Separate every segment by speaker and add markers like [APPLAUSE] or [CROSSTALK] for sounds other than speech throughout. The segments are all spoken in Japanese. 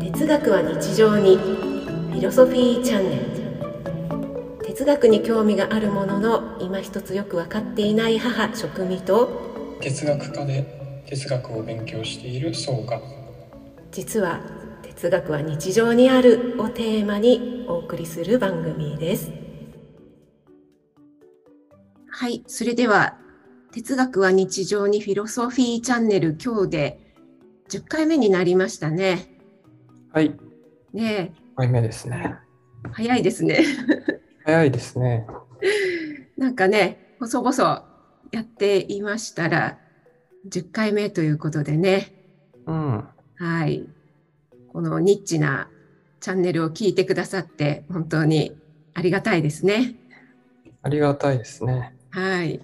Speaker 1: 哲学は日常にフィロソフィーチャンネル哲学に興味があるものの今一つよく分かっていない母食味と
Speaker 2: 哲学科で哲学を勉強しているそうが
Speaker 1: 実は哲学は日常にあるをテーマにお送りする番組です
Speaker 3: はい、それでは哲学は日常にフィロソフィーチャンネル今日で10回目になりましたね。
Speaker 2: はい
Speaker 3: ね
Speaker 2: 回目ですね
Speaker 3: え、早いですね。
Speaker 2: 早いですね
Speaker 3: なんかね、細々やっていましたら10回目ということでね、
Speaker 2: うん
Speaker 3: はい、このニッチなチャンネルを聞いてくださって本当にありがたいですね。
Speaker 2: ありがたいですね
Speaker 3: はい。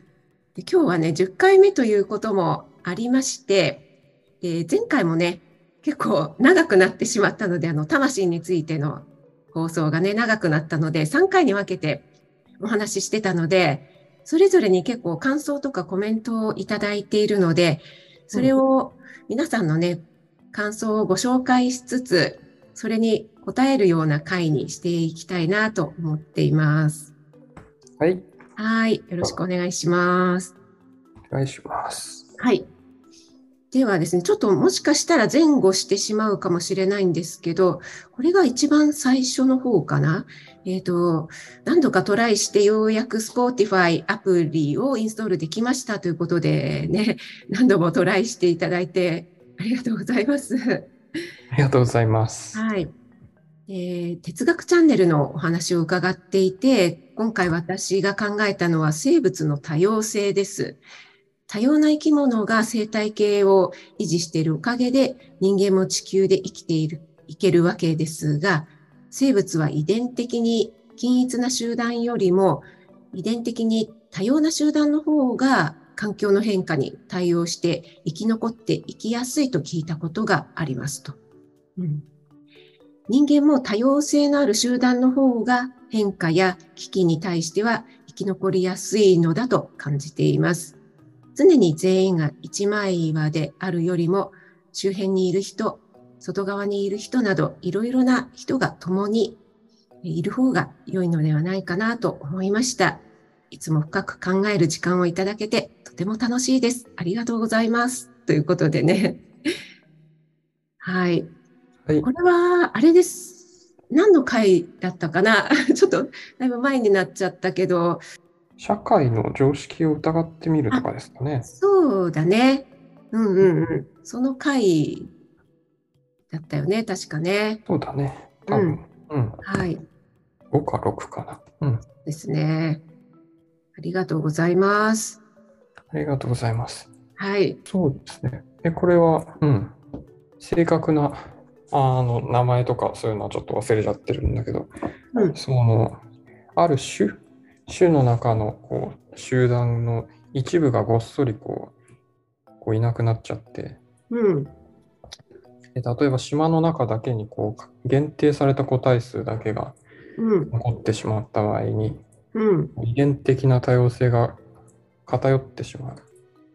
Speaker 3: で今日はね、10回目ということもありまして、えー前回もね、結構長くなってしまったので、あの、魂についての放送がね、長くなったので、3回に分けてお話ししてたので、それぞれに結構感想とかコメントをいただいているので、それを皆さんのね、感想をご紹介しつつ、それに答えるような回にしていきたいなと思っています。
Speaker 2: はい
Speaker 3: はい。よろしくお願いします。
Speaker 2: お願いします
Speaker 3: はい。ではですね、ちょっともしかしたら前後してしまうかもしれないんですけど、これが一番最初の方かな。えっ、と、何度かトライしてようやく Spotify アプリをインストールできましたということでね、何度もトライしていただいてありがとうございます。
Speaker 2: ありがとうございます
Speaker 3: はい。えー哲学チャンネルのお話を伺っていて、今回私が考えたのは生物の多様性です。多様な生き物が生態系を維持しているおかげで、人間も地球で生きている、いけるわけですが、生物は遺伝的に均一な集団よりも、遺伝的に多様な集団の方が環境の変化に対応して生き残っていきやすいと聞いたことがありますと。うん人間も多様性のある集団の方が変化や危機に対しては生き残りやすいのだと感じています。常に全員が一枚岩であるよりも周辺にいる人、外側にいる人などいろいろな人が共にいる方が良いのではないかなと思いました。いつも深く考える時間をいただけてとても楽しいです。ありがとうございます。ということでね。 [LAUGHS] はい。
Speaker 2: はい
Speaker 3: これは、あれです。何の回だったかな [LAUGHS] ちょっと、だいぶ前になっちゃったけど、
Speaker 2: 社会の常識を疑ってみるとかですかね
Speaker 3: そうだね。うんうんうん。その回だったよね、確かね。
Speaker 2: そうだね多分うん、
Speaker 3: はい。
Speaker 2: 5か6かなうん
Speaker 3: ですね。ありがとうございます。
Speaker 2: ありがとうございます
Speaker 3: はい。
Speaker 2: そうですね。え、これは、うん、正確なあの名前とかそういうのはちょっと忘れちゃってるんだけど、
Speaker 3: うん
Speaker 2: その、ある種、種の中のこう集団の一部がごっそりこうこういなくなっちゃって、
Speaker 3: うん。
Speaker 2: で例えば島の中だけにこう限定された個体数だけが
Speaker 3: うん。
Speaker 2: 残ってしまった場合に、
Speaker 3: うん。
Speaker 2: 遺伝的な多様性が偏ってしまう。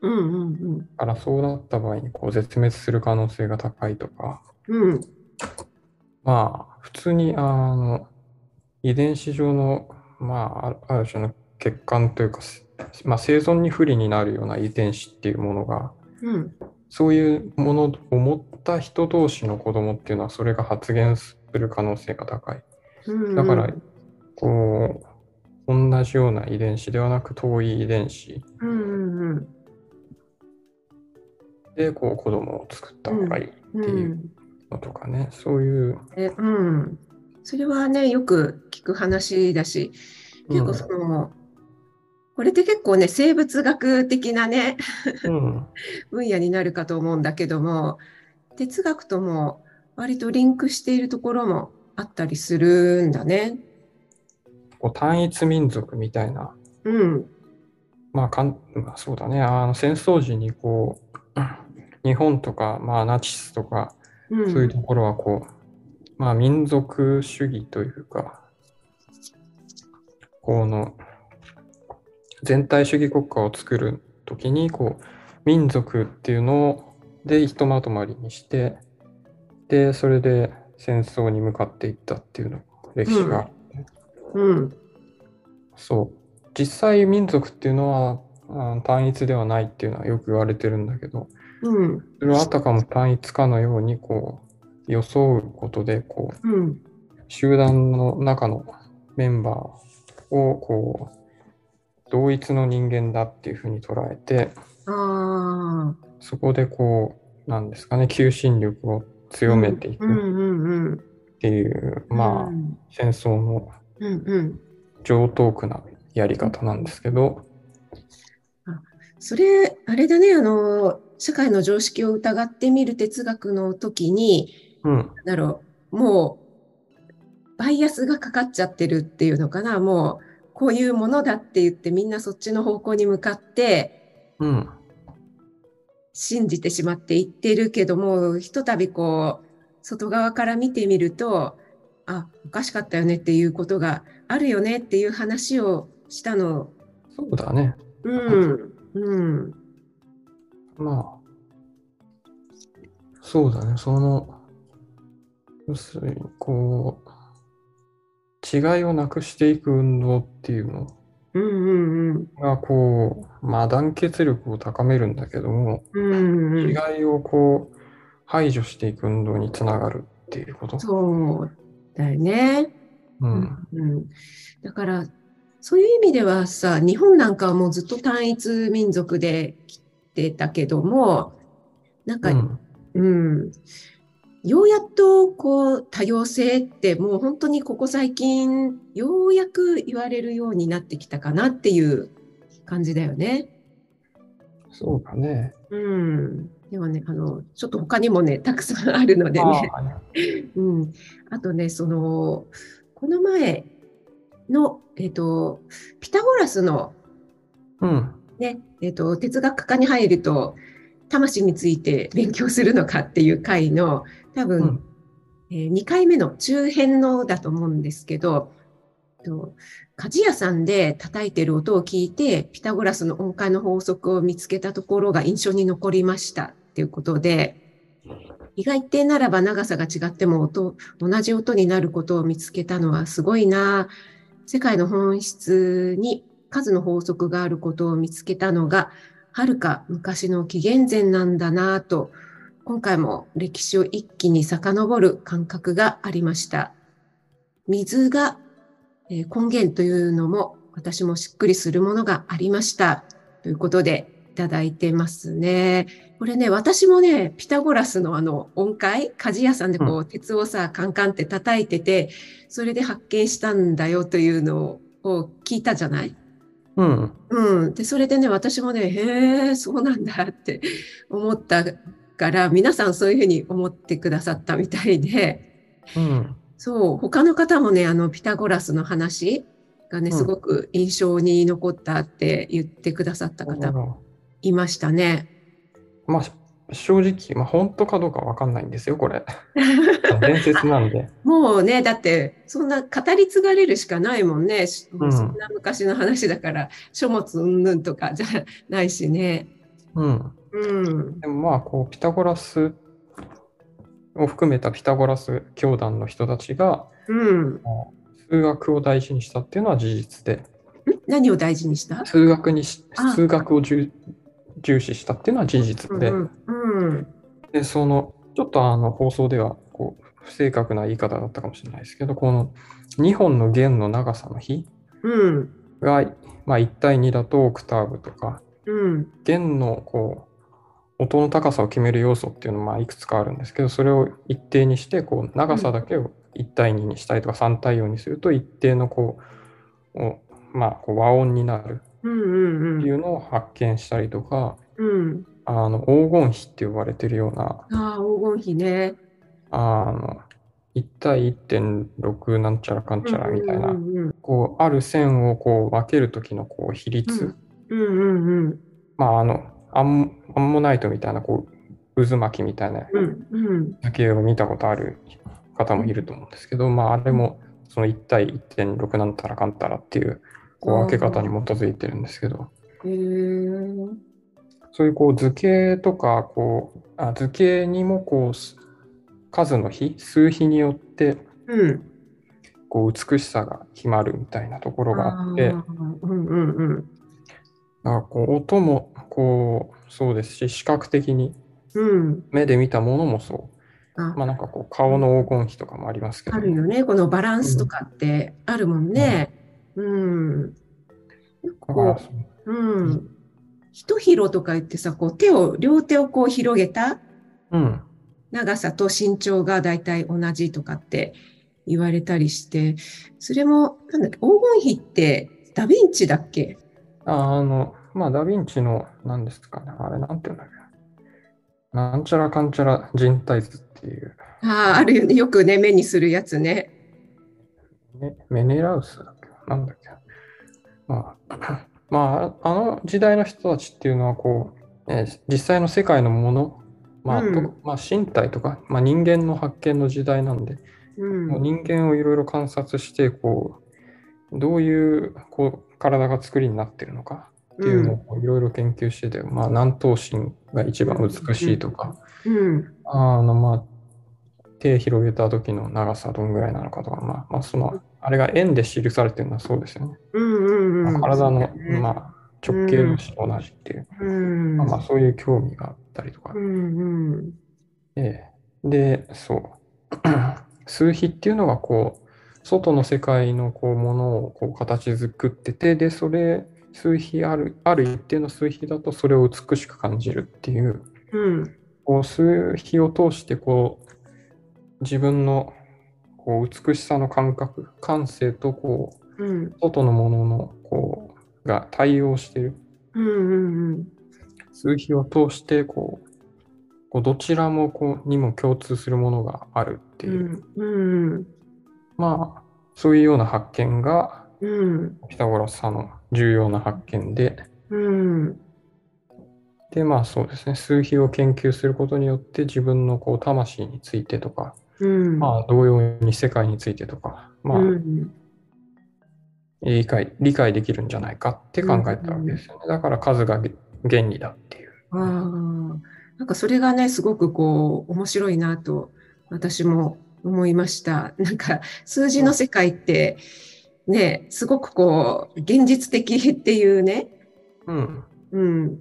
Speaker 3: うん。うん。
Speaker 2: だからそうなった場合にこう絶滅する可能性が高いとか、
Speaker 3: うん。うん。
Speaker 2: まあ、普通に、あの、遺伝子上の、まあ、あある種の欠陥というか、すまあ、生存に不利になるような遺伝子っていうものが、
Speaker 3: うん。
Speaker 2: そういうものを持った人同士の子供っていうのは、それが発現する可能性が高い。
Speaker 3: うん。
Speaker 2: だから、こう、同じような遺伝子ではなく、遠い遺伝子
Speaker 3: うん。うん。うん。
Speaker 2: で、こう、子供を作った方がいい
Speaker 3: うん。
Speaker 2: のとかね、そういう、
Speaker 3: えうん、それはねよく聞く話だし結構その、これって結構ね生物学的なね [LAUGHS]
Speaker 2: うん、
Speaker 3: 分野になるかと思うんだけども哲学とも割とリンクしているところもあったりするんだね。
Speaker 2: こう単一民族みたいな、
Speaker 3: うん、
Speaker 2: まあ、かんまあそうだねあの戦争時にこ
Speaker 3: [COUGHS]
Speaker 2: う日本とか、まあ、ナチスとか
Speaker 3: うん、
Speaker 2: そういうところはこう、まあ、民族主義というかこの全体主義国家を作る時にこう民族っていうのをでひとまとまりにしてでそれで戦争に向かっていったっていうの歴史が、
Speaker 3: うん。
Speaker 2: そう実際民族っていうのはあ単一ではないっていうのはよく言われてるんだけど
Speaker 3: うん。
Speaker 2: それはあたかも単一かのようにこう装うことでこう
Speaker 3: うん。
Speaker 2: 集団の中のメンバーをこう同一の人間だっていうふうに捉えて
Speaker 3: ああ。
Speaker 2: そこでこうなんですかね求心力を強めて
Speaker 3: う
Speaker 2: い
Speaker 3: ん
Speaker 2: くっ
Speaker 3: うんうん。
Speaker 2: ていう、まあ
Speaker 3: うん
Speaker 2: 戦争の
Speaker 3: うんうん。
Speaker 2: 上等句なやり方なんですけど、
Speaker 3: それ、あれだね、あの、社会の常識を疑ってみる哲学の時に、
Speaker 2: うん、
Speaker 3: なんだろう、もう、バイアスがかかっちゃってるっていうのかな、もう、こういうものだって言って、みんなそっちの方向に向かって、
Speaker 2: うん、
Speaker 3: 信じてしまっていってるけども、ひとたびこう、外側から見てみると、あ、おかしかったよねっていうことがあるよねっていう話をしたの。
Speaker 2: そうだね。
Speaker 3: うん、うん、
Speaker 2: まあ、そうだね、その、要するに、こう、違いをなくしていく運動っていうの
Speaker 3: うん、うん、
Speaker 2: が、こう、まあ、団結力を高めるんだけども、
Speaker 3: うん、うん、うん。
Speaker 2: 違いをこう、排除していく運動につながるっていうこと。
Speaker 3: そうだよね。
Speaker 2: う。
Speaker 3: うんんだから、そういう意味ではさ、日本なんかはもうずっと単一民族で来てたけども、なん
Speaker 2: う
Speaker 3: か、
Speaker 2: ん。
Speaker 3: うん、ようやっとこう多様性ってもう本当にここ最近ようやく言われるようになってきたかなっていう感じだよね。
Speaker 2: そうだね。
Speaker 3: うん。ではね、あの、ちょっと他にもね、たくさんあるのでね。
Speaker 2: あ
Speaker 3: うん、あとね、その、この前の、えっと、ピタゴラスの、
Speaker 2: あうん。
Speaker 3: ねえっと、哲学科に入ると、魂について勉強するのかっていう回の、多分、
Speaker 2: うん
Speaker 3: えー2回目の中編のだと思うんですけど、えっと鍛冶屋さんで叩いてる音を聞いて、ピタゴラスの音階の法則を見つけたところが印象に残りましたっていうことで、意外定ならば長さが違っても音、同じ音になることを見つけたのはすごいな。世界の本質に数の法則があることを見つけたのが、はるか昔の紀元前なんだなと、今回も歴史を一気に遡る感覚がありました。水がえー根源というのも私もしっくりするものがありました。ということで、いただいてますね。これね、私もね、ピタゴラスのあの音階、鍛冶屋さんでこう、鉄をさ、カンカンって叩いてて、それで発見したんだよというのを聞いたじゃない
Speaker 2: うん。
Speaker 3: うん。で、それでね、私もね、へえ、そうなんだって思ったから、皆さんそういうふうに思ってくださったみたいで、
Speaker 2: うん。
Speaker 3: そう、他の方もね、あの、ピタゴラスの話がね、
Speaker 2: うん
Speaker 3: すごく印象に残ったって言ってくださった方もいましたね。
Speaker 2: まあ、し正直、まあ、本当かどうかわかんないんですよ、これ。
Speaker 3: [LAUGHS]
Speaker 2: 伝説なんで。
Speaker 3: もうね、だって、そんな語り継がれるしかないもんね。しもううんそんな昔の話だから、書物云々とかじゃないしね。
Speaker 2: うん。
Speaker 3: うん。
Speaker 2: でもまあこうピタゴラスを含めたピタゴラス教団の人たちが
Speaker 3: うん。ん
Speaker 2: 数学を大事にしたっていうのは事実で
Speaker 3: 何を大事にした
Speaker 2: 数学にし
Speaker 3: あ
Speaker 2: 数学を重重視したっていうのは事
Speaker 3: う
Speaker 2: 実
Speaker 3: ん
Speaker 2: で,、
Speaker 3: うん。うん
Speaker 2: でそのちょっとあの放送ではこう不正確な言い方だったかもしれないですけどこの2本の弦の長さの比
Speaker 3: うん、
Speaker 2: が、まあ、1対2だとオクターブとか
Speaker 3: うん、
Speaker 2: 弦のこう音の高さを決める要素っていうのはまあいくつかあるんですけどそれを一定にしてこう長さだけを1対2にしたりとか3対4にすると一定のこうおまあこう和音になる
Speaker 3: う
Speaker 2: っ
Speaker 3: ん、う
Speaker 2: てい
Speaker 3: ん、
Speaker 2: うのを発見したりとか
Speaker 3: うん。
Speaker 2: あの黄金比って呼ばれてるような
Speaker 3: ああ、黄金比ね。
Speaker 2: あの1対1.6なんちゃらかんちゃらみたいな
Speaker 3: うん、うん、
Speaker 2: こうある線をこう分ける時のこう比率
Speaker 3: うん、うん、
Speaker 2: まああのアンアンモナイトみたいなこう渦巻きみたいな
Speaker 3: うん、うん、
Speaker 2: だけを見たことある方もいると思うんですけど、まあ、あれもその1対1.6なんたらかんたらっていうこう分け方に基づいてるんですけど、
Speaker 3: へえ、
Speaker 2: そういうこう図形とかこうあ図形にもこうす数の比数比によって
Speaker 3: うん。
Speaker 2: こう美しさが決まるみたいなところがあって
Speaker 3: あーうんうんうん。
Speaker 2: だからこう音もこうそうですし視覚的に
Speaker 3: うん。
Speaker 2: 目で見たものもそう
Speaker 3: あ、
Speaker 2: まあなんかこう顔の黄金比とかもありますけど
Speaker 3: あ、るよね。このバランスとかってあるもんね。うん。結
Speaker 2: だから
Speaker 3: 構、
Speaker 2: そ
Speaker 3: うん。一広とか言ってさ、こう手を、両手をこう広げた
Speaker 2: う、うん、
Speaker 3: 長さと身長がだいたい同じとかって言われたりして、それも、なんだっけ、黄金比ってダヴィンチだっけ
Speaker 2: ああのまあダ・ヴィンチの何ですかねあれなんていうんだっけなんちゃらかんちゃら人体図っていう、
Speaker 3: ああ、あるよね。よくね、目にするやつね。
Speaker 2: ね、メネラウスだっけなんだっけまあ [COUGHS] まああの時代の人たちっていうのはこう、ね実際の世界のものまあ、
Speaker 3: うん
Speaker 2: とまあ、身体とか、まあ、人間の発見の時代なんで、
Speaker 3: うん
Speaker 2: もう。人間をいろいろ観察してこうどういうこう体が作りになってるのかっていうのをいろいろ研究してて、まあ、南東神が一番美しいとか、
Speaker 3: うん。
Speaker 2: あのまあ手広げた時の長さどんぐらいなのかとか、まあ、まあそのあれが円で記されてるのはそうですよね、
Speaker 3: うんうんうん。
Speaker 2: まあ体の、
Speaker 3: ね
Speaker 2: まあ、直径のと同じっていう、
Speaker 3: うん。
Speaker 2: まあまあ、そういう興味があったりとか、
Speaker 3: うんうん。
Speaker 2: ええ、で、そう。 [CLEARS THROAT] 数比っていうのがこう、外の世界のこうものをこう形作ってて、で、それ、数比ある、ある一定の数比だとそれを美しく感じるっていう、
Speaker 3: うん。
Speaker 2: こう数比を通してこう、自分のこう美しさの感覚、感性とこう、
Speaker 3: うん。
Speaker 2: 外のもののこう、が対応してる。
Speaker 3: うんうんうん。
Speaker 2: 数比を通してこう、こうどちらもこうにも共通するものがあるって
Speaker 3: う
Speaker 2: いう。
Speaker 3: ん。うん。
Speaker 2: まあ、そういうような発見が
Speaker 3: うん。
Speaker 2: ピタゴラスさんの重要な発見で、
Speaker 3: うん。
Speaker 2: で、まあそうですね、数比を研究することによって自分のこう魂についてとか、
Speaker 3: うん。
Speaker 2: まあ同様に世界についてとか、まあ
Speaker 3: うん。
Speaker 2: 理解理解できるんじゃないかって考えたわけですよね。だから数が原理だっていう。
Speaker 3: ああ。なんかそれがね、すごくこう、面白いなと、私も思いました。 [LAUGHS] なんか、数字の世界って、ね、すごくこう、現実的っていうね、
Speaker 2: うん。
Speaker 3: うん。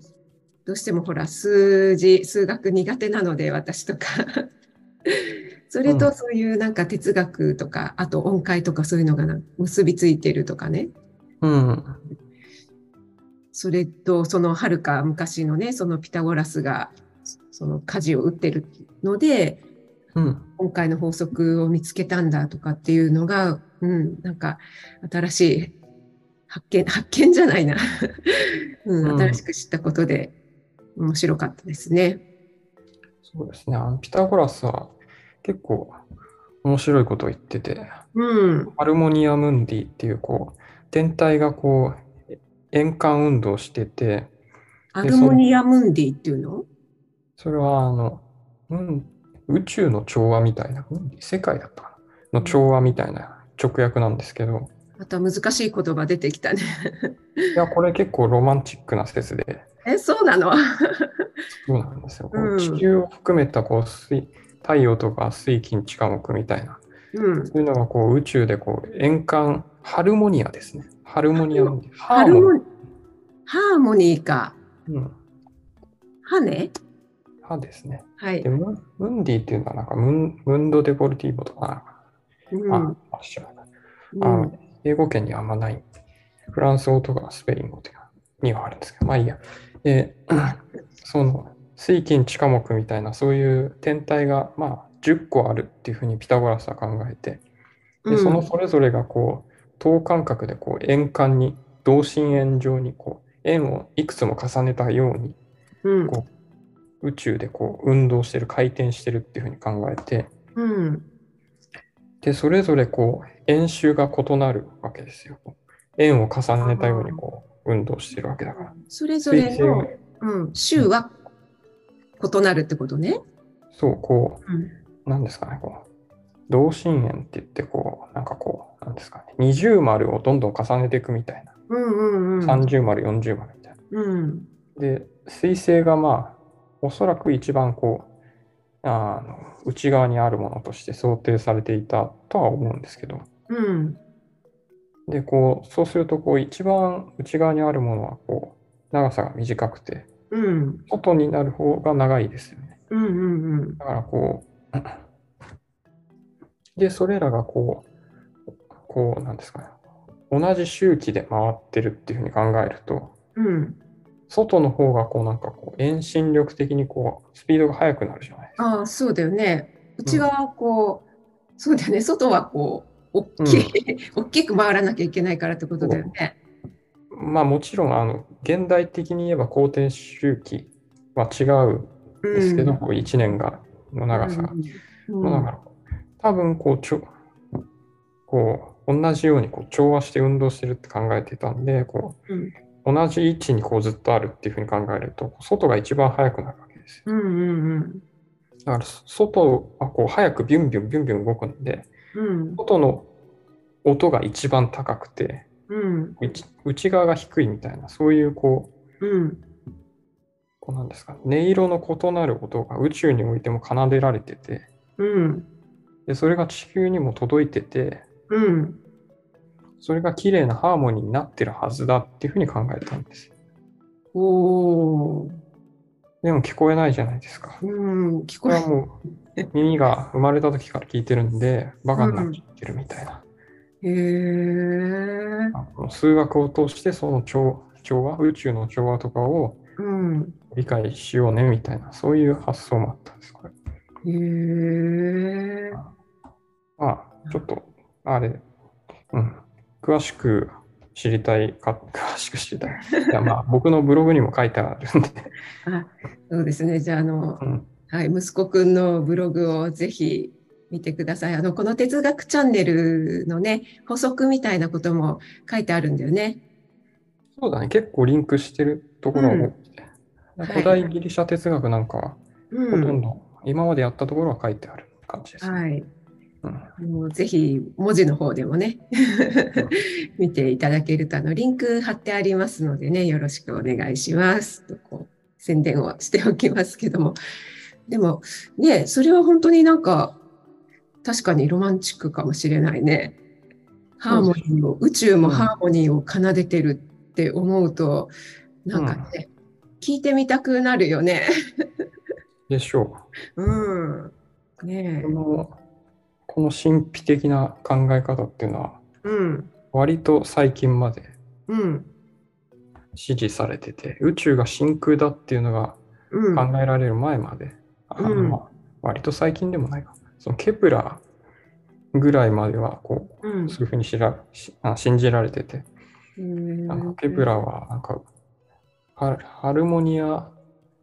Speaker 3: どうしてもほら、数字、数学苦手なので、私とか。 [LAUGHS] それ
Speaker 2: う
Speaker 3: と
Speaker 2: ん
Speaker 3: そういうなんか哲学とか、あと音階とかそういうのがな結びついてるとかね。
Speaker 2: うん。
Speaker 3: それとそのはるか昔のね、そのピタゴラスがその舵を打ってるので、
Speaker 2: うん。
Speaker 3: 音階の法則を見つけたんだとかっていうのが、うん、なんか新しい発見、発見じゃない [LAUGHS] な。
Speaker 2: う
Speaker 3: うんん、新しく知ったことで面白かったですね。
Speaker 2: そうですね。あのピタゴラスは結構面白いことを言ってて、
Speaker 3: うん。
Speaker 2: ハルモニアムンディっていうこう天体がこうえ円環運動をしてて
Speaker 3: アルモニアムンディっていうの
Speaker 2: それはあの、うん、宇宙の調和みたいなうん世界だったかなの調和みたいな直訳なんですけど
Speaker 3: また難しい言葉出てきたね。 [LAUGHS]
Speaker 2: いやこれ結構ロマンチックな説で
Speaker 3: え、そうなの [LAUGHS]
Speaker 2: そうなんですよ、こ
Speaker 3: うん
Speaker 2: う地球を含めたこう水太陽とか水金地火木みたいな
Speaker 3: うん。
Speaker 2: そういうのがこう宇宙でこう円環ハルモニアですねハルモニアムンディハ
Speaker 3: ハ
Speaker 2: ー
Speaker 3: ル
Speaker 2: モ
Speaker 3: モ
Speaker 2: ニ
Speaker 3: ニハーモニーか。
Speaker 2: ー、うん、
Speaker 3: ハね
Speaker 2: ハですね
Speaker 3: はい
Speaker 2: で。ムンムンディっていうのはなんかムンムンド・デポルティーボとかなんか、
Speaker 3: うん
Speaker 2: ああ知らないあ
Speaker 3: うん
Speaker 2: の英語圏にはあんまないフランス語とかスペイン語とかにはあるんですけどまあいいや、えー [CLEARS THROAT] その水金地火木みたいなそういう天体がまあ10個あるっていうふうにピタゴラスは考えてでそのそれぞれがこう等間隔でこう円環に同心円状にこう円をいくつも重ねたように
Speaker 3: うん
Speaker 2: こ宇宙でこう運動してる回転してるっていうふうに考えて
Speaker 3: うん
Speaker 2: でそれぞれこう円周が異なるわけですよ。円を重ねたようにこう運動してるわけだから。
Speaker 3: それぞれ
Speaker 2: 水星
Speaker 3: の
Speaker 2: が、
Speaker 3: うん、州は異なるってことね。
Speaker 2: そうこ
Speaker 3: うん
Speaker 2: うなんですかねこう同心円って言ってこうなんかこうなんですかね二重丸をどんどん重ねていくみたいな
Speaker 3: うんうんうん
Speaker 2: 三重丸四重丸みたいな。
Speaker 3: うん
Speaker 2: で水星がまあおそらく一番こうあの内側にあるものとして想定されていたとは思うんですけど
Speaker 3: うん。
Speaker 2: でこうそうするとこう一番内側にあるものはこう長さが短くて
Speaker 3: うん。
Speaker 2: 外になる方が長いですよね
Speaker 3: うんうんうん。
Speaker 2: だからこう [CLEARS THROAT] でそれらがこうこうなんですかね同じ周期で回ってるっていうふうに考えると
Speaker 3: うん。
Speaker 2: 外の方がこうなんかこう遠心力的にこうスピードが速くなるじゃないですか。
Speaker 3: ああ、そうだよね。内側はこう、そうだよね。外はこう、大きい、 [LAUGHS] 大きく回らなきゃいけないからってことだよね。
Speaker 2: まあもちろんあの現代的に言えば公転周期は違うん
Speaker 3: うん。
Speaker 2: ですけど、こう1年がの長さが。
Speaker 3: うん。
Speaker 2: まあだから多分こうちょこう同じようにこう調和して運動してるって考えてたんでこう、
Speaker 3: うん
Speaker 2: 同じ位置にこうずっとあるっていうふうに考えると外が一番速くなるわけです
Speaker 3: う
Speaker 2: よ。
Speaker 3: んうん
Speaker 2: だから外はこう早くビュンビュンビュンビュン動くんで。
Speaker 3: うん。
Speaker 2: 外の音が一番高くて
Speaker 3: うん。
Speaker 2: 内内側が低いみたいなそういうこう
Speaker 3: うん。
Speaker 2: こうなんですか音色の異なる音が宇宙においても奏でられてて
Speaker 3: うん。
Speaker 2: でそれが地球にも届いてて
Speaker 3: うん。
Speaker 2: それが綺麗なハーモニーになってるはずだっていうふうに考えたんですよ
Speaker 3: おー。
Speaker 2: でも聞こえないじゃないですか
Speaker 3: うん。聞こ
Speaker 2: これ
Speaker 3: え
Speaker 2: はもう耳が生まれた時から聞いてるんでバカになってるみたいな、
Speaker 3: へえ。
Speaker 2: あこの数学を通してその調調和宇宙の調和とかを
Speaker 3: うん。
Speaker 2: 理解しようねみたいなそういう発想もあったんですこれ
Speaker 3: へえ。
Speaker 2: まあ、ちょっと、あれ、うん、詳しく知りたいか、 [LAUGHS] 詳しく知りたい。いや、まあ、僕のブログにも書いてあるんで、
Speaker 3: そうですね。じゃあ、あの、
Speaker 2: うん、
Speaker 3: はい、息子くんのブログをぜひ見てください。あの、この哲学チャンネルのね、補足みたいなことも書いてあるんだよね。
Speaker 2: そうだね、結構リンクしてるところが多くて、
Speaker 3: ん
Speaker 2: 古代ギリシャ哲学なんかは、ほ
Speaker 3: う
Speaker 2: とん
Speaker 3: ん。
Speaker 2: ど、今までやったところは書いてある感じです。
Speaker 3: はい。
Speaker 2: うん
Speaker 3: あのぜひ文字の方でもね [LAUGHS] 見ていただけるとあのリンク貼ってありますのでねよろしくお願いしますとこう宣伝をしておきますけどもでもねそれは本当になんか確かにロマンチックかもしれないねハーモニーを宇宙もハーモニーを奏でてるって思うと、なんかね、聞いてみたくなるよね
Speaker 2: でしょ
Speaker 3: うん [LAUGHS] ねえ
Speaker 2: う。この、この神秘的な考え方っていうのは、
Speaker 3: うん
Speaker 2: 割と最近まで
Speaker 3: うん
Speaker 2: 支持されてて、宇宙が真空だっていうのが、
Speaker 3: うん
Speaker 2: 考えられる前まで、あの
Speaker 3: うん
Speaker 2: 割と最近でもないかそのケプラーぐらいまではこ
Speaker 3: うん
Speaker 2: うそういうふうにしらしあ信じられてて、なんかケプ
Speaker 3: ラ
Speaker 2: ラーはなんかハハルモニア・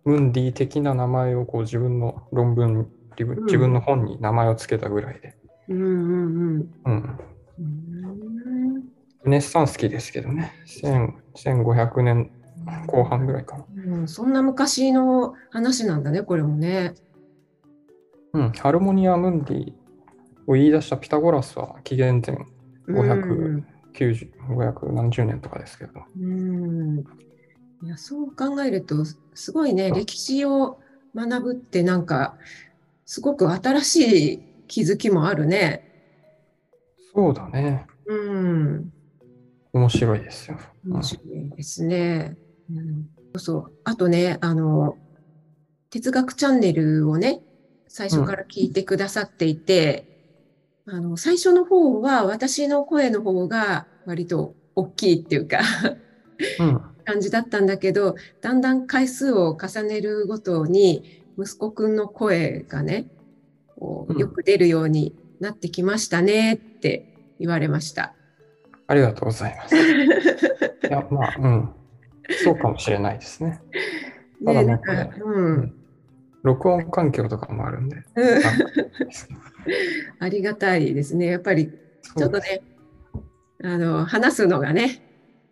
Speaker 2: ムンディ的な名前をこう自分の論文
Speaker 3: う
Speaker 2: 自
Speaker 3: ん
Speaker 2: 分自分の本に名前を付けたぐらいで、
Speaker 3: うんうんうん
Speaker 2: うん、
Speaker 3: うーん
Speaker 2: ルネッサンス期ですけどね1000 1500年後半ぐらいかな、
Speaker 3: うん、そんな昔の話なんだね、これもね。
Speaker 2: うん、ハルモニア・ムンディを言い出したピタゴラスは紀元前500 90 500何十年とかですけど、
Speaker 3: うんうんいやそう考えると、すごいね、歴史を学ぶって、なんか、すごく新しい気づきもあるね。
Speaker 2: そうだね。
Speaker 3: うん、
Speaker 2: 面白いですよ。うん
Speaker 3: 面白いですね。うん、そうあとね、あの、哲学チャンネルをね、最初から聞いてくださっていて、あの、最初の方は私の声の方が割と大きいっていうか [LAUGHS]
Speaker 2: うん
Speaker 3: 感じだったんだけど、だんだん回数を重ねるごとに、息子くんの声がね、こ
Speaker 2: う
Speaker 3: うんよく出るようになってきましたねって言われました。
Speaker 2: ありがとうござい
Speaker 3: [LAUGHS]
Speaker 2: ます。いや、まあ、うん。そうかもしれないですね。ただ
Speaker 3: ね、
Speaker 2: ね
Speaker 3: なんか、うん。
Speaker 2: 録音環境とかもあるんで。
Speaker 3: うん [LAUGHS]
Speaker 2: あ
Speaker 3: ありがたいですね。やっぱりち
Speaker 2: そ
Speaker 3: ょ
Speaker 2: う
Speaker 3: っと
Speaker 2: です
Speaker 3: ね、あの話すのがね、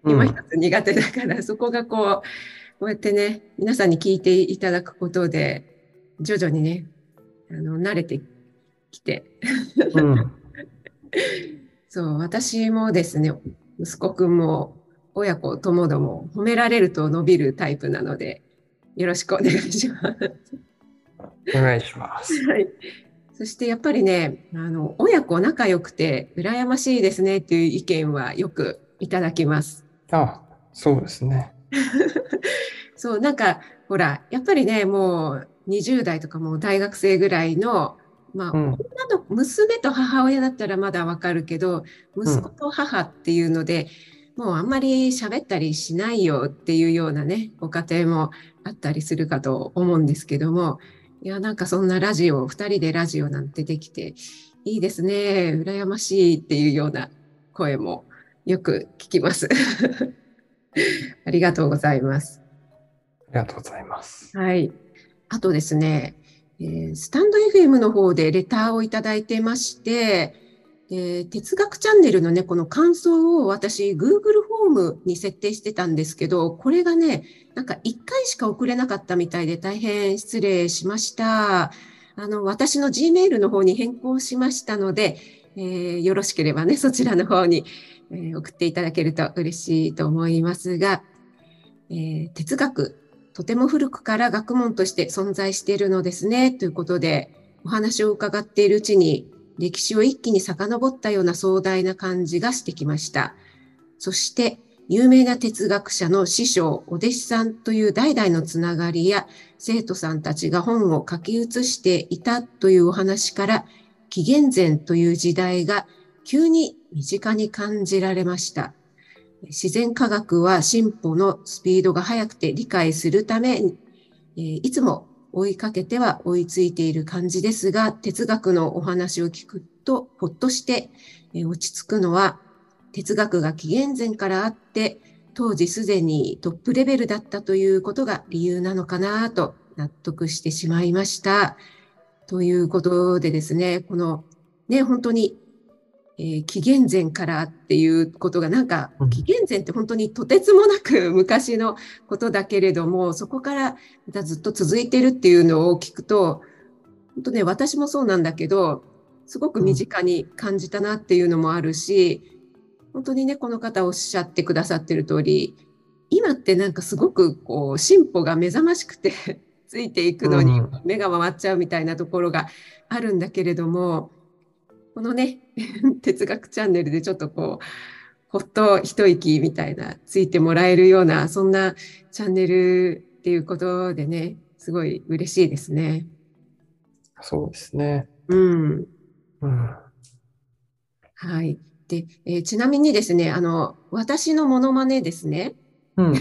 Speaker 2: う
Speaker 3: 今
Speaker 2: ん
Speaker 3: 一つ苦手だから、 [LAUGHS] そこがこう、こうやってね、皆さんに聞いていただくことで、徐々にね、あの慣れてきて、
Speaker 2: うん
Speaker 3: そう、私もですね、息子くんも親子ともども褒められると伸びるタイプなので、よろしくお願いします。
Speaker 2: お願いします。
Speaker 3: はい、そしてやっぱりねあの親子仲良くて羨ましいですねっていう意見はよくいただきます。
Speaker 2: あ、そうですね。
Speaker 3: そうなんかほらやっぱりねもう20代とかもう大学生ぐらいの、まあ
Speaker 2: うん。
Speaker 3: 女の子娘と母親だったらまだわかるけど息子と母っていうので、もうあんまり喋ったりしないよっていうようなねご家庭もあったりするかと思うんですけどもいやなんかそんなラジオ2人でラジオなんてできていいですね羨ましいっていうような声もよく聞きます。 [LAUGHS] ありがとうございます。
Speaker 2: ありがとうございます。
Speaker 3: はい。あとですね、えースタンド FM の方でレターをいただいてまして、えー哲学チャンネルのね、この感想を私、Google ホームに設定してたんですけど、これがね、なんか1回しか送れなかったみたいで大変失礼しました。あの、私の Gmail の方に変更しましたので、えーよろしければね、そちらの方に、えー送っていただけると嬉しいと思いますが、えー哲学とても古くから学問として存在しているのですねということでお話を伺っているうちに歴史を一気に遡ったような壮大な感じがしてきましたそして有名な哲学者の師匠お弟子さんという代々のつながりや生徒さんたちが本を書き写していたというお話から紀元前という時代が急に身近に感じられました自然科学は進歩のスピードが速くて理解するため、えーいつも追いかけては追いついている感じですが、哲学のお話を聞くとほっとしてえー落ち着くのは、哲学が紀元前からあって、当時すでにトップレベルだったということが理由なのかなと納得してしまいました。ということでですね、このね、本当に、えー紀元前からっていうことがなんか
Speaker 2: うん
Speaker 3: 紀元前って本当にとてつもなく昔のことだけれどもそこからまたずっと続いてるっていうのを聞くと本当ね私もそうなんだけどすごく身近に感じたなっていうのもあるし本当にねこの方おっしゃってくださってる通り今ってなんかすごくこう進歩が目覚ましくて [LAUGHS] ついていくのに
Speaker 2: うん
Speaker 3: 目が回っちゃうみたいなところがあるんだけれどもこのね [LAUGHS] 哲学チャンネルでちょっとこうほっと一息みたいなついてもらえるようなそんなチャンネルっていうことでねすごい嬉しいですね。
Speaker 2: そうですね。
Speaker 3: うん
Speaker 2: うん。
Speaker 3: はい。で、えーちなみにですね、あの、私のモノマネですね、
Speaker 2: うん。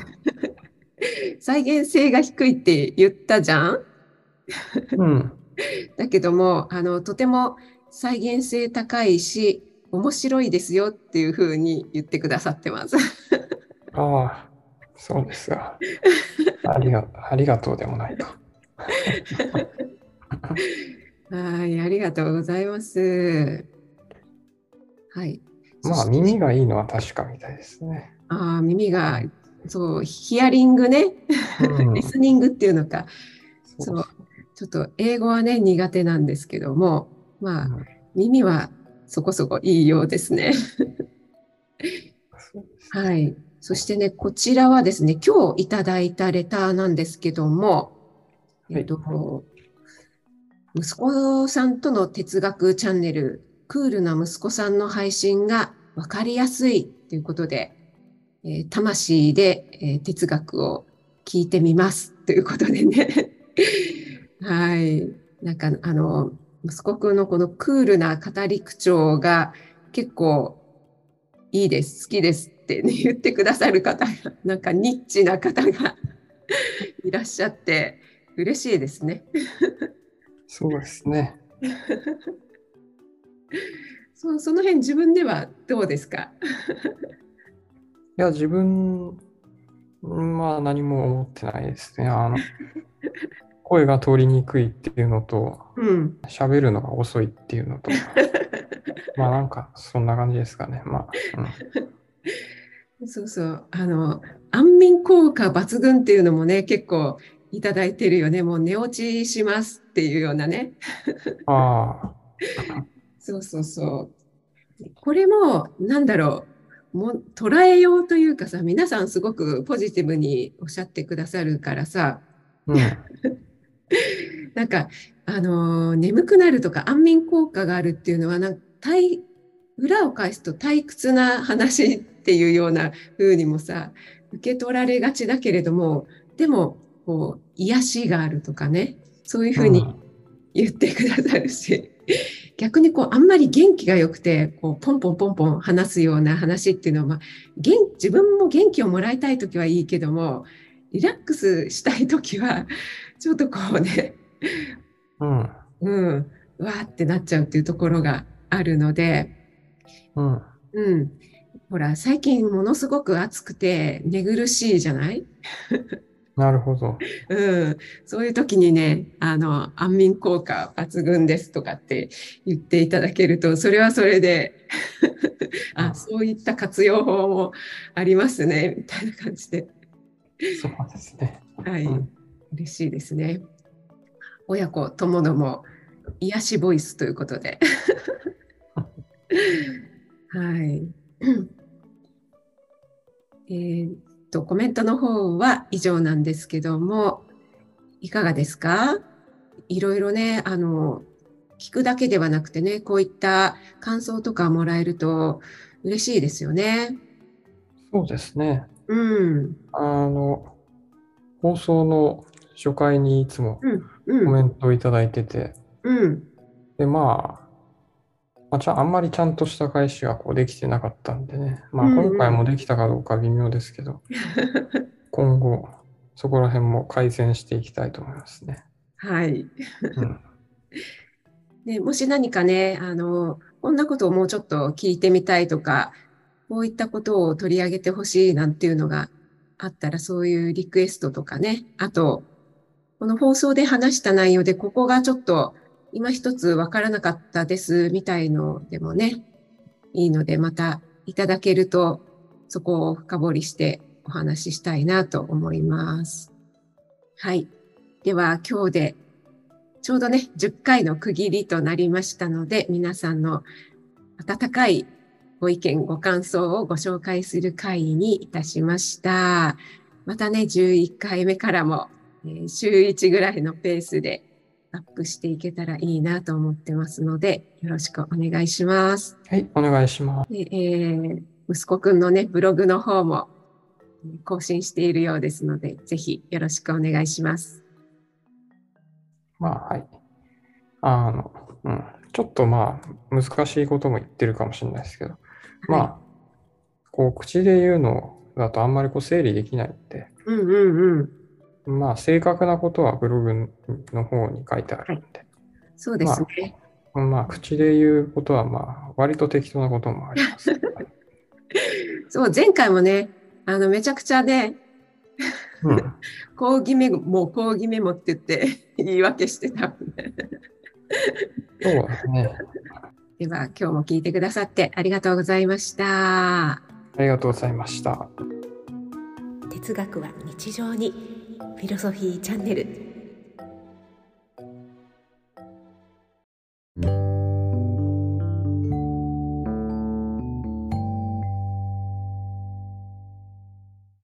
Speaker 3: 再現性が低いって言ったじゃん
Speaker 2: うん。
Speaker 3: だけども、あの、とても再現性高いし、面白いですよっていうふうに言ってくださってます。 [LAUGHS]
Speaker 2: ああ、そうですが。ありが、ありがとうでもないと。
Speaker 3: はい、ありがとうございます。はい。
Speaker 2: まあ、
Speaker 3: そして
Speaker 2: 耳がいいのは確かみたいですね。
Speaker 3: あー耳が、そう、ヒアリングね、
Speaker 2: うん
Speaker 3: リスニングっていうのか、
Speaker 2: そ
Speaker 3: そうう、ちょっと英語はね、苦手なんですけども、まあ、耳はそこそこいいようですね。
Speaker 2: そうです
Speaker 3: はい。そしてね、こちらはですね、今日いただいたレターなんですけども、
Speaker 2: は
Speaker 3: え
Speaker 2: い
Speaker 3: っと、息子さんとの哲学チャンネル、クールな息子さんの配信が分かりやすいということで、えー魂で、えー哲学を聞いてみますということでね。 [LAUGHS] はい。なんか、あの、息子くんのこのクールな語り口調が結構いいです、好きですって、ね、 [LAUGHS] 言ってくださる方が、なんかニッチな方が [LAUGHS] いらっしゃって、嬉しいですね。
Speaker 2: そうですね。
Speaker 3: そその辺自分ではどうですか
Speaker 2: いや、自分は何も思ってないですね。あの
Speaker 3: [LAUGHS]
Speaker 2: 声が通りにくいっていうのと、
Speaker 3: うん。
Speaker 2: 喋るのが遅いってい
Speaker 3: [LAUGHS]
Speaker 2: うのと、まあなんかそんな感じですかね。まあ、
Speaker 3: そうそう。あの、安眠効果抜群っていうのもね、結構いただいてるよね。もう寝落ちしますっていうようなね。 [LAUGHS]
Speaker 2: うん、あ
Speaker 3: そうそうそう。これも、なんだろう、もう捉えようというかさ、皆さんすごくポジティブにおっしゃってくださるからさ、
Speaker 2: あ、うん、
Speaker 3: なんか、あのー眠くなるとか安眠効果があるっていうのは、なんか退裏を返すと退屈な話っていうような風にもさ、受け取られがちだけれども、でも、こう、癒しがあるとかね、そういうふうに言ってくださるし、逆にこうあんまり元気が良くてこうポンポンポンポン話すような話っていうのは、まあ、元自分も元気をもらいたい時はいいけどもリラックスしたい時はちょっとこうね
Speaker 2: うん、
Speaker 3: うんうわーってなっちゃうっていうところがあるので、
Speaker 2: うん、うん
Speaker 3: うん、ほら最近ものすごく暑くて寝苦しいじゃない
Speaker 2: なるほど。
Speaker 3: うん、そういう時にね、あの、安眠効果抜群ですとかって言っていただけると、それはそれで、
Speaker 2: う
Speaker 3: [LAUGHS] あ、
Speaker 2: ん
Speaker 3: そういった活用法もありますね、みたいな感じで、
Speaker 2: そうですね。
Speaker 3: はい、
Speaker 2: うん
Speaker 3: 嬉しいですね。親子ともども、癒しボイスということ
Speaker 2: [LAUGHS]
Speaker 3: で。はい。えーっと、コメントの方は以上なんですけども、いかがですかいろいろね、あの、聞くだけではなくてね、こういった感想とかもらえると嬉しいですよね。
Speaker 2: そうですね。
Speaker 3: うん。
Speaker 2: あの、放送の初回にいつも
Speaker 3: う
Speaker 2: コメ
Speaker 3: ん。
Speaker 2: ントをいただいてて、
Speaker 3: うん。
Speaker 2: で、まあ、まあ、ちゃんあんまりちゃんとした返しがこうできてなかったんでね、まあ、
Speaker 3: うんうん
Speaker 2: 今回もできたかどうかは微妙です
Speaker 3: [LAUGHS]
Speaker 2: けど、今後、そこら辺も改善していきたいと思いますね。
Speaker 3: はい。
Speaker 2: うん、
Speaker 3: [LAUGHS] でもし何かね、あの、こんなことをもうちょっと聞いてみたいとか、こういったことを取り上げてほしいなんていうのがあったら、そういうリクエストとかね、あと、この放送で話した内容で、ここがちょっと今一つわからなかったですみたいのでもね、いいので、またいただけると、そこを深掘りしてお話ししたいなと思います。はい。では、今日でちょうどね、10回の区切りとなりましたので、皆さんの温かいご意見、ご感想をご紹介する会にいたしました。またね、11回目からも、えー週1ぐらいのペースでアップしていけたらいいなと思ってますので、よろしくお願いします。
Speaker 2: はい、お願いします。
Speaker 3: でえー息子くんのね、ブログの方もえー更新しているようですので、ぜひよろしくお願いします。
Speaker 2: まあ、はい。あの、うん、ちょっとまあ、難しいことも言ってるかもしれないですけど、ま
Speaker 3: はい
Speaker 2: あ、こう、口で言うのだとあんまりこう整理できないんで、
Speaker 3: うんうんうん。
Speaker 2: まあ、正確なことはブログの方に書いてあるんで、
Speaker 3: そうですね。
Speaker 2: まあ、口で言うことは、まあ、割と適当なこともあります。はい
Speaker 3: そう、前回もね、あの、めちゃくちゃね、
Speaker 2: うん、
Speaker 3: 講義メモ、もう講義メモって言って [LAUGHS] 言い訳してたもんね。
Speaker 2: そうですね。
Speaker 3: では、今日も聞いてくださってありがとうございました。
Speaker 2: ありがとうございました。
Speaker 1: 哲学は日常にフィロソフィーチャンネル